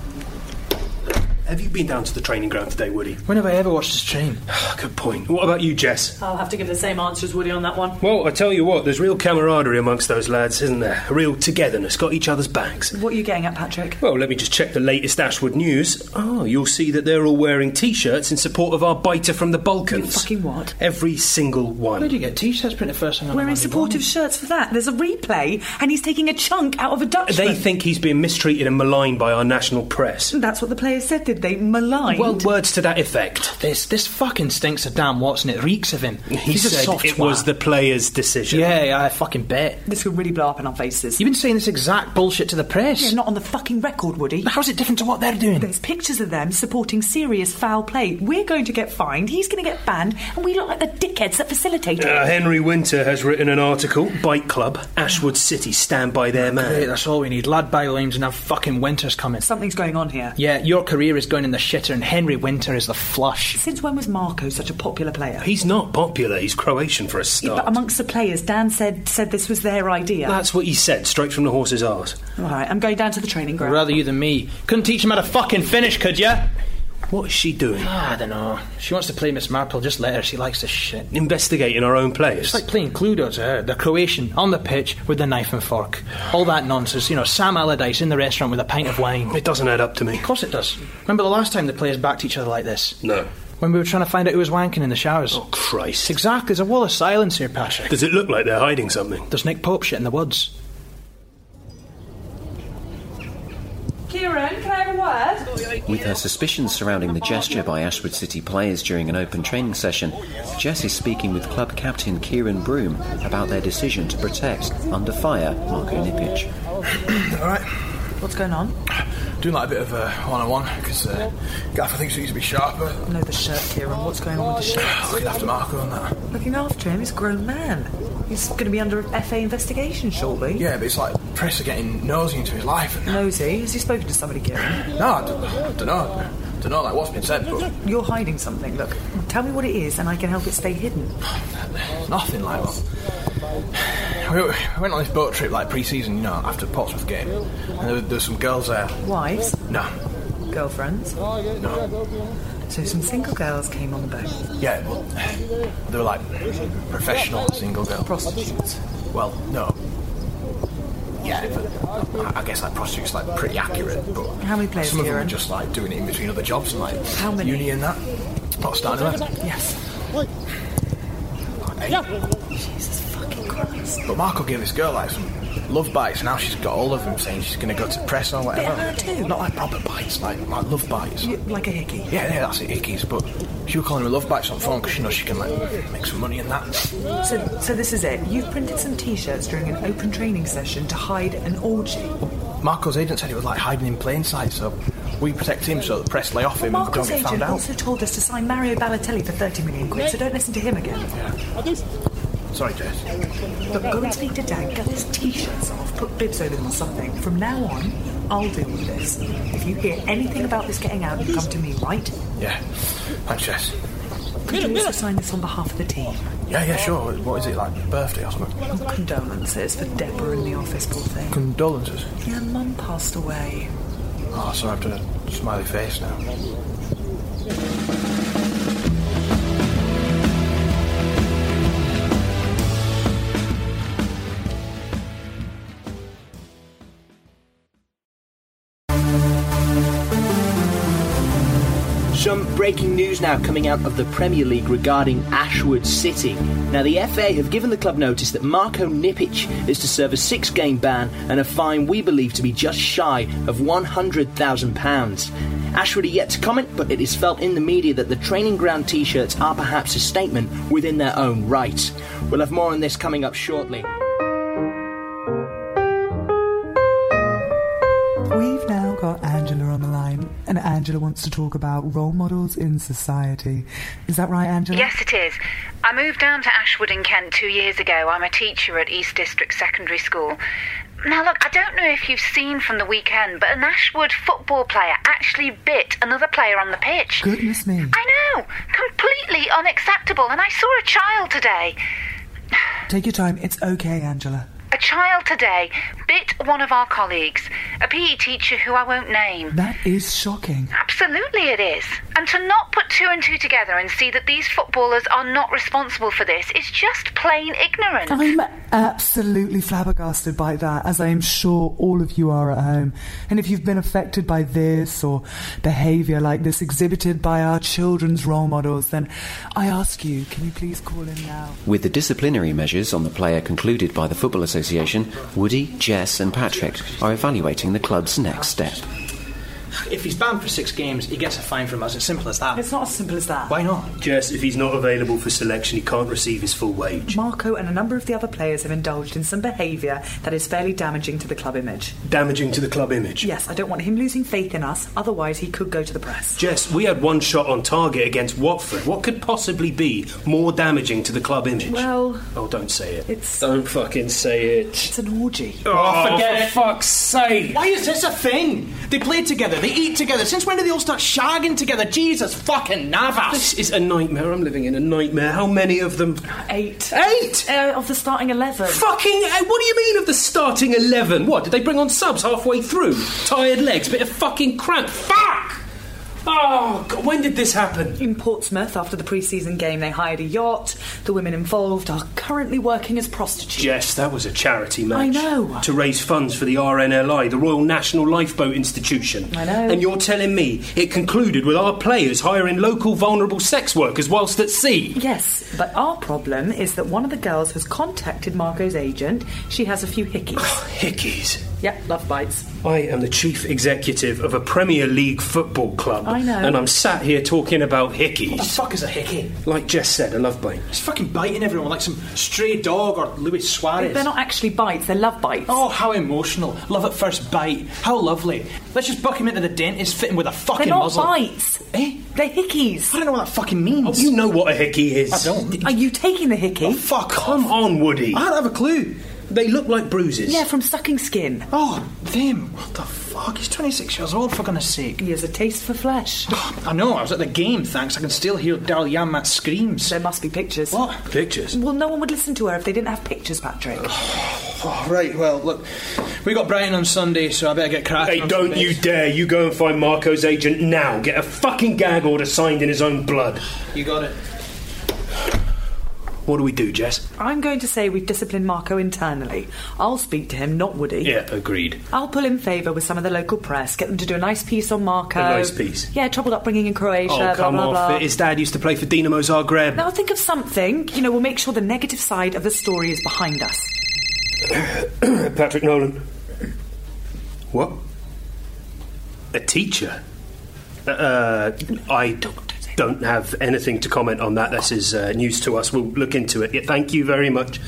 Have you been down to the training ground today, Woody? Ah,
When have I ever watched this train?
Good point. What about you, Jess?
I'll have to give the same answer as Woody on that one.
Well, I tell you what, there's real camaraderie amongst those lads, isn't there? A real togetherness, got each other's backs.
What are you getting at, Patrick?
Well, let me just check the latest Ashwood news. Oh, you'll see that they're all wearing t shirts in support of our biter from the Balkans.
Fucking what?
Every single one.
Where do you get t shirts printed first thing on a
Wearing
Monday
supportive shirts for that. There's a replay, and he's taking a chunk out of a Dutchman.
They think he's being mistreated and maligned by our national press.
That's what the players said, did they? Maligned.
Well, words to that effect.
morning? This this fucking stinks of Dan Watson. It reeks of him.
He
He's a
said
soft
it was
twat.
the player's decision.
Yeah, yeah, I fucking bet.
this could really blow up in our faces.
You've been saying this exact bullshit to the press.
You're not on the fucking record, Woody.
How's it different to what they're doing?
There's pictures of them supporting serious foul play. We're going to get fined, he's going to get banned, and we look like the dickheads that facilitated
Uh,
it.
Henry Winter has written an article. Bike Club, Ashwood City, stand by their man.
Great, that's all we need. Lad bylines and have fucking winters coming.
Something's going on here.
Yeah, your career is is going in the shitter and Henry Winter is the flush.
Since when was Marco such a popular player?
He's not popular. He's Croatian for a
Yeah,
start.
but amongst the players, Dan said said this was their idea.
That's what he said, straight from the horse's arse.
All right, I'm going down to the training ground.
Rather you than me. Couldn't teach him how to fucking finish, could ya?
What is she doing?
I don't know. She wants to play Miss Marple, just let her. She likes this shit.
Investigating our own
It's
players.
like playing Cluedo to her. The Croatian on the pitch with the knife and fork. All that nonsense. You know, Sam Allardyce in the restaurant with a pint of wine.
It doesn't add up to me.
Of course it does. Remember the last time the players backed each other like this?
No.
When we were trying to find out who was wanking in the showers.
Oh, Christ.
Exactly. There's a wall of silence here, Patrick.
Does it look like they're hiding something?
There's Nick Pope shit in the woods.
Kieran, can I have a word?
With her suspicions surrounding the gesture by Ashwood City players during an open training session, Jess is speaking with club captain Kieran Broom about their decision to protect, under fire, Marko Nipic.
Alright,
What's going on?
doing like a bit of a one on one because uh, Gaff, I think, she needs to be sharper. Oh,
No, the shirt, Kieran. What's going on with the shirt?
Looking after Marco on that.
Looking after him, he's a grown man. He's going to be under FA investigation shortly.
Yeah, but it's like press are getting nosy into his life. And
Nosy, has he spoken to somebody, Kieran?
no, I don't, know. don't know like what's been said, but
You're hiding something. Look, tell me what it is, and I can help it stay hidden.
nothing like that. We we went on this boat trip like pre-season, you know, after the Portsmouth game, and there were, there were some girls there.
Wives,
No,
girlfriends.
no,
So some single girls came on the boat.
yeah, well, they were like professional single girls.
Prostitutes.
Well, no. Yeah, but I- I guess like prostitutes like pretty accurate, but
How many players,
some of them are
Kieran?
just like doing it in between other jobs and like
How many?
uni and that. Not starting that.
Yes. Jesus fucking Christ.
But Marco gave this girl like some love bites. Now she's got all of them saying she's gonna go to press or whatever.
her too.
Not like proper bites, like like love bites.
You- like a hickey.
Yeah, yeah, that's it, Ickies. But she was calling her love bites on the phone because she knows she can like make some money and that.
So, so this is it. You've printed some T-shirts during an open training session to hide an orgy.
Marco's agent said it was like hiding in plain sight, so we protect him so the press lay off him and don't
Marco's
get
agent
found out.
also told us to sign Mario Balotelli for 30 million quid, so don't listen to him again.
Sorry, Jess.
Look, go and speak to Dad, get his t-shirts off, put bibs over them or something. From now on, I'll deal with this. If you hear anything about this getting out, you come to me, right?
Yeah. Thanks, Jess.
Could you also sign this on behalf of the team?
Yeah, yeah, sure. What is it like? Birthday or something?
Oh, condolences for Deborah in the office, poor thing.
Condolences.
Yeah, Mum passed away.
Oh, sorry, I've done a smiley face now.
Some breaking news now coming out of the Premier League regarding Ashwood City. Now, the FA have given the club notice that Marco Nipic is to serve a six game ban and a fine we believe to be just shy of £100,000. Ashwood are yet to comment, but it is felt in the media that the training ground t shirts are perhaps a statement within their own right. We'll have more on this coming up shortly.
We've now got Angela on the line, and Angela wants to talk about role models in society. Is that right, Angela?
Yes, it is. I moved down to Ashwood in Kent two years ago. I'm a teacher at East District Secondary School. Now, look, I don't know if you've seen from the weekend, but an Ashwood football player actually bit another player on the pitch.
Goodness me.
I know! Completely unacceptable. And I saw a child today.
Take your time. It's okay, Angela.
A child today bit one of our colleagues, a PE teacher who I won't name.
That is shocking.
Absolutely, it is. And to not put two and two together and see that these footballers are not responsible for this is just plain ignorance.
I'm absolutely flabbergasted by that, as I am sure all of you are at home. And if you've been affected by this or behaviour like this exhibited by our children's role models, then I ask you, can you please call in now?
With the disciplinary measures on the player concluded by the Football Association, Woody, Jess, and Patrick are evaluating the club's next step.
If he's banned for six games, he gets a fine from us. It's simple as that.
It's not as simple as that.
Why not?
Jess, if he's not available for selection, he can't receive his full wage.
Marco and a number of the other players have indulged in some behaviour that is fairly damaging to the club image.
Damaging to the club image.
Yes, I don't want him losing faith in us, otherwise, he could go to the press.
Jess, we had one shot on target against Watford. What could possibly be more damaging to the club image?
Well,
oh, don't say it.
It's
don't fucking say it. It's
an orgy.
Oh,
forget
for
it.
fuck's sake!
Why is this a thing? They played together.
They eat together. Since when do they all start shagging together? Jesus fucking Navas!
This is a nightmare. I'm living in a nightmare. How many of them?
Eight.
Eight?
Uh, of the starting eleven.
Fucking. eh, What do you mean of the starting eleven? What did they bring on subs halfway through? Tired legs, bit of fucking cramp. Fuck! Oh, God, when did this happen?
In Portsmouth, after the pre-season game, they hired a yacht. The women involved are currently working as prostitutes.
Jess, that was a charity match.
I know.
To raise funds for the RNLI, the Royal National Lifeboat Institution.
I know.
And you're telling me it concluded with our players hiring local vulnerable sex workers whilst at sea?
Yes, but our problem is that one of the girls has contacted Margot's agent. She has a few hickeys.
Oh, Hickeys.
yep, love bites.
I am the chief executive of a Premier League football club.
I know.
And I'm sat here talking about hickeys.
What the fuck is a hickey?
Like Jess said, a love bite.
It's fucking biting everyone like some stray dog or Luis Suarez.
They're not actually bites, they're love bites.
Oh, how emotional. Love at first bite. How lovely. Let's just buck him into the dentist, fit him with a fucking
They're not
muzzle.
bites.
Eh?
They're hickeys.
I don't know what that fucking means.
You know what a hickey is.
I don't.
Are you taking the hickey?
Fuck
Come on, Woody.
I don't have a clue.
They look like bruises.
Yeah, from sucking skin.
Oh, them. What the fuck? He's 26 years old, for goodness sake.
He has a taste for flesh.
I know, I was at the game, thanks. I can still hear Daryl Yamat's screams.
There must be pictures.
What?
Pictures.
Well, no one would listen to her if they didn't have pictures, Patrick.
Oh, right, well, look, we got Brighton on Sunday, so I better get cracking.
Hey,
on
don't
some
you
bits.
dare. You go and find Marco's agent now. Get a fucking gag order signed in his own blood.
You got it.
What do we do, Jess?
I'm going to say we've disciplined Marco internally. I'll speak to him, not Woody.
Yeah, agreed.
I'll pull in favour with some of the local press, get them to do a nice piece on Marco.
A nice piece?
Yeah, troubled upbringing in Croatia,
oh, come
blah, blah,
off
blah.
it. His dad used to play for Dinamo Zagreb.
Now think of something. You know, we'll make sure the negative side of the story is behind us.
Patrick Nolan. What? A teacher? Uh, I don't, don't have anything to comment on that. This is uh, news to us. We'll look into it. Yeah, thank you very much.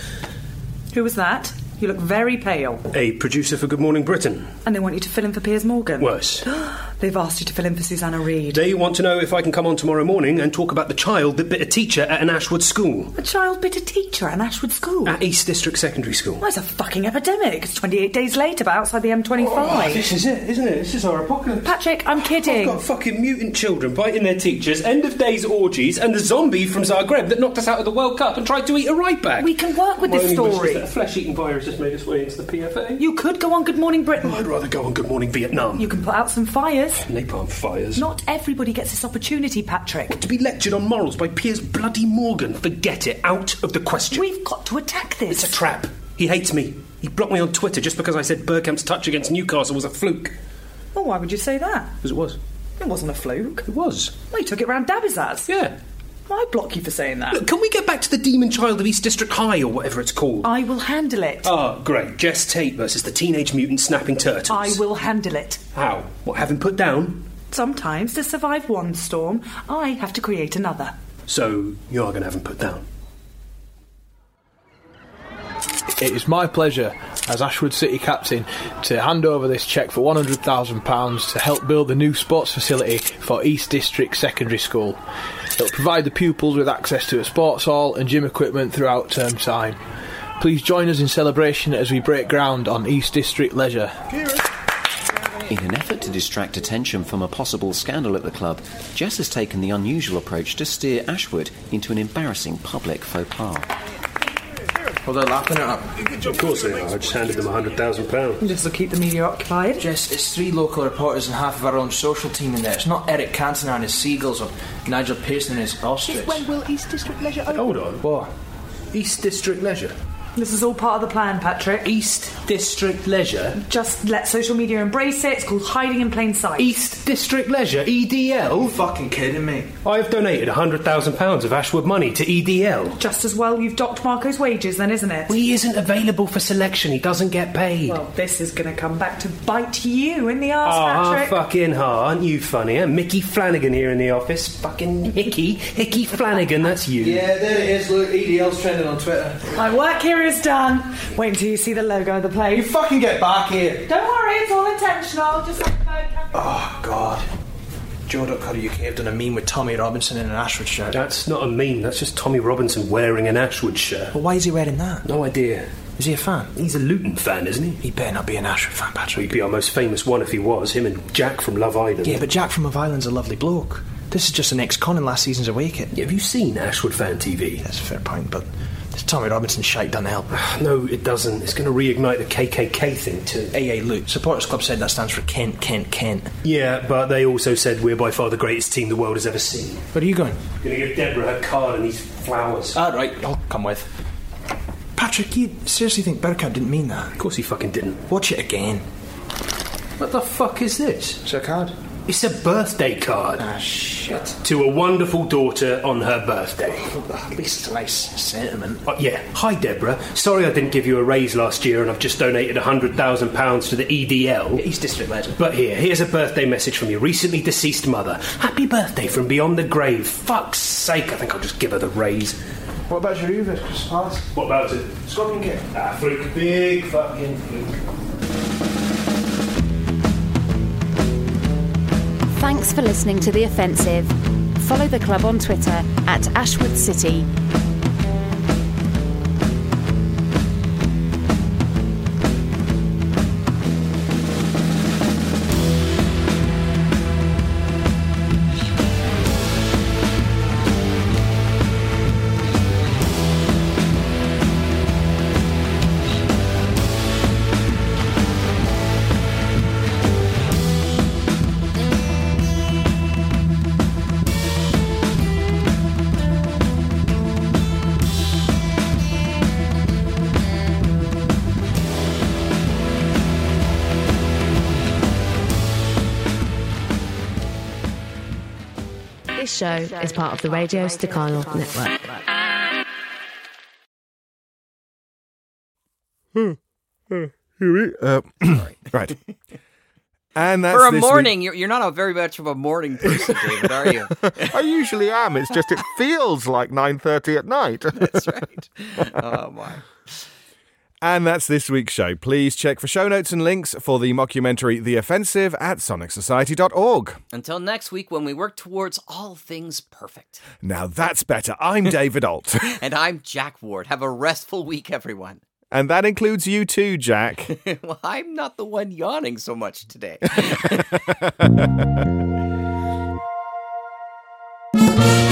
Who was that? You look very pale.
A producer for Good Morning Britain.
And they want you to fill in for Piers Morgan.
Worse.
They've asked you to fill in for Susanna Reid.
They want to know if I can come on tomorrow morning and talk about the child that bit a teacher at an Ashwood school.
A child bit a teacher at an Ashwood school.
At East District Secondary School.
Why, it's a fucking epidemic. It's 28 days later, but outside the M25.
is it, isn't it? Oh, This is our apocalypse. Oh,
Patrick, I'm kidding.
I've got fucking mutant children biting their teachers, end of days orgies, and the zombie from Zagreb that knocked us out of the World Cup and tried to eat a right back.
We can work with
My
this
only wish is
story.
that a flesh-eating virus has made its way into the PFA.
You could go on Good Morning Britain.
I'd rather go on Good Morning Vietnam.
You can put out some fires.
Napalm fires.
Not everybody gets this opportunity, Patrick.
to be lectured on morals by Piers Bloody Morgan. Forget it. Out of the question.
We've got to attack this.
It's a trap. He hates me. He blocked me on Twitter just because I said Burkamp's touch against Newcastle was a fluke.
well, Oh, why would you say that?
Because it was.
It wasn't a fluke.
It was.
Well, you took it round Dabizaz.
Yeah.
Why block you for saying that?
Look, can we get back to the demon child of East District High or whatever it's called?
I will handle it.
Ah, great. Jess Tate versus the Teenage Mutant Snapping Turtles.
I will handle it.
How? What, have him put down?
Sometimes, to survive one storm, I have to create another.
So, you are going to have him put down.
It is my pleasure as Ashwood City captain to hand over this cheque for £100,000 to help build the new sports facility for East District Secondary School. It'll provide the pupils with access to a sports hall and gym equipment throughout term time. Please join us in celebration as we break ground on East District Leisure.
In an effort to distract attention from a possible scandal at the club, Jess has taken the unusual approach to steer Ashwood into an embarrassing public faux pas.
Well, they're laughing at
Of course they are. I just handed them £100,000.
This will keep the media occupied.
Jess, it's three local reporters and half of our own social team in there. It's not Eric Cantona and his seagulls or Nigel Pearson and his ostrich.
will East District Leisure
Hold on.
What?
East District Leisure.
This is all part of the plan, Patrick.
East District Leisure?
Just let social media embrace it. It's called hiding in plain sight.
East District Leisure, EDL?
fucking kidding me?
I've donated £100,000 of Ashwood money to E EDL.
Just as well you've docked Marco's wages, then, isn't it?
Well, he isn't available for selection. He doesn't get paid.
Well, this is going to come back to bite you in the arse,
Ah,
Patrick.
fucking ha, aren't you funny, eh? Mickey Flanagan here in the office. Fucking Hickey. Hickey Flanagan, that's you.
Yeah, there it is, look. EDL's trending on Twitter.
My work here is done. Wait until you see the logo of the
You
place.
fucking get back here.
Don't worry, it's all intentional. Just like the bird cafe.
Oh, God. Joe.co.uk have done a meme with Tommy Robinson in an Ashford shirt.
That's not a meme, that's just Tommy Robinson wearing an Ashwood shirt.
But why is he wearing that?
No idea.
Is he a fan?
He's a Luton fan, isn't he?
He better not be an Ashford fan, Patrick.
He'd be our most famous one if he was, him and Jack from Love Island.
Yeah, but Jack from Love Island's a lovely bloke. This is just an ex-con in last season's away kit.
Yeah, have you seen Ashwood Fan TV?
That's a fair point, but this Tommy Robinson shite doesn't help.
no, it doesn't. It's going to reignite the KKK thing too.
AA Luke. Supporters Club said that stands for Kent, Kent, Kent.
Yeah, but they also said we're by far the greatest team the world has ever seen.
Where are you going?
I'm going to give Deborah her card and these flowers.
All Ah, right, I'll come with. Patrick, you seriously think Burkhardt didn't mean that?
Of course he fucking didn't.
Watch it again.
What the fuck is this?
It's a card.
It's a birthday card.
Ah, shit.
To a wonderful daughter on her birthday.
At least it's a nice sentiment.
Uh, yeah. Hi, Deborah. Sorry I didn't give you a raise last year and I've just donated £100,000 to the EDL.
East District legend.
But here, here's a birthday message from your recently deceased mother. Happy birthday from beyond the grave. Fuck's sake, I think I'll just give her the raise.
What about your Uber, Chris Palace?
What about it?
Scorpion Kit.
Ah, freak. Big fucking freak.
Thanks for listening to The Offensive. Follow the club on Twitter at Ashwood City.
This show is part of the Radio Stakhanov Network.
Uh, right. And that's
For a
this
morning, you're, you're not a very much of a morning person, David, are you?
week- I usually am. It's just it feels like nine thirty at night.
That's right. Oh my.
And that's this week's show. Please check for show notes and links for the mockumentary The Offensive at sonicsociety.org.
Until next week, when we work towards all things perfect.
Now that's better. I'm David Alt.
And I'm Jack Ward. Have a restful week, everyone.
and that includes you too, Jack.
well, I'm not the one yawning so much today.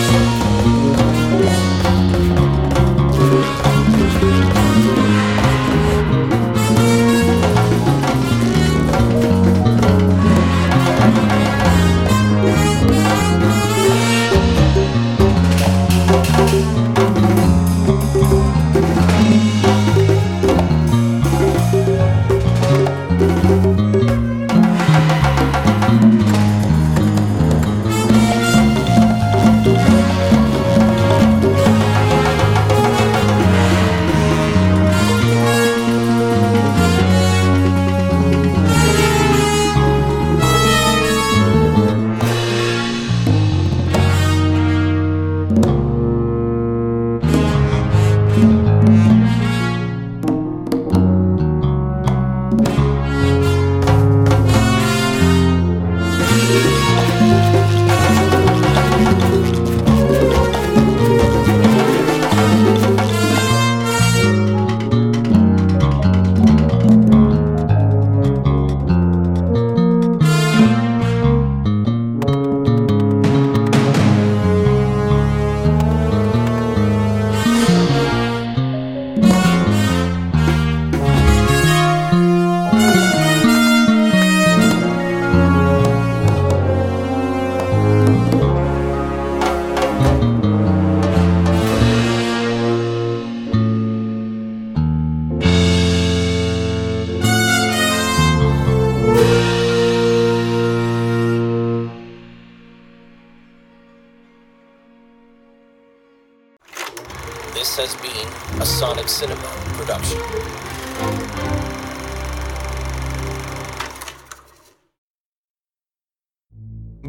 This has been a Sonic Cinema production.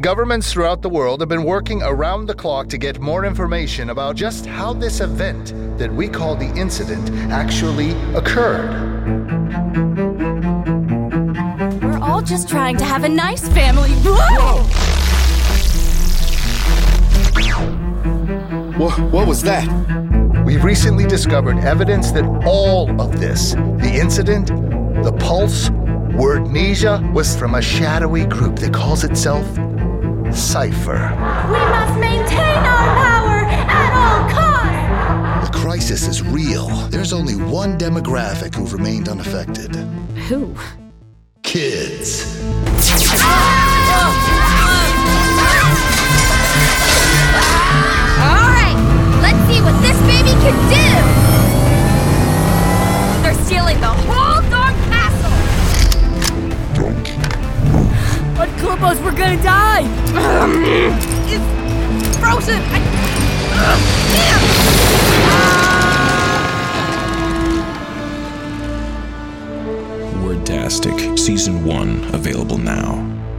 Governments throughout the world have been working around the clock to get more information about just how this event that we call the incident actually occurred.
We're all just trying to have a nice family. Whoa!
What, what was that?
We've recently discovered evidence that all of this the incident, the pulse, wordnesia was from a shadowy group that calls itself Cypher.
We must maintain our power at all costs!
The crisis is real. There's only one demographic who remained unaffected
Who?
kids.
Ah!
Alright, let's see what this baby can do! They're stealing the whole darn castle! But Clippos, we're gonna die! it's frozen! I...
Wordastic Season 1 available now.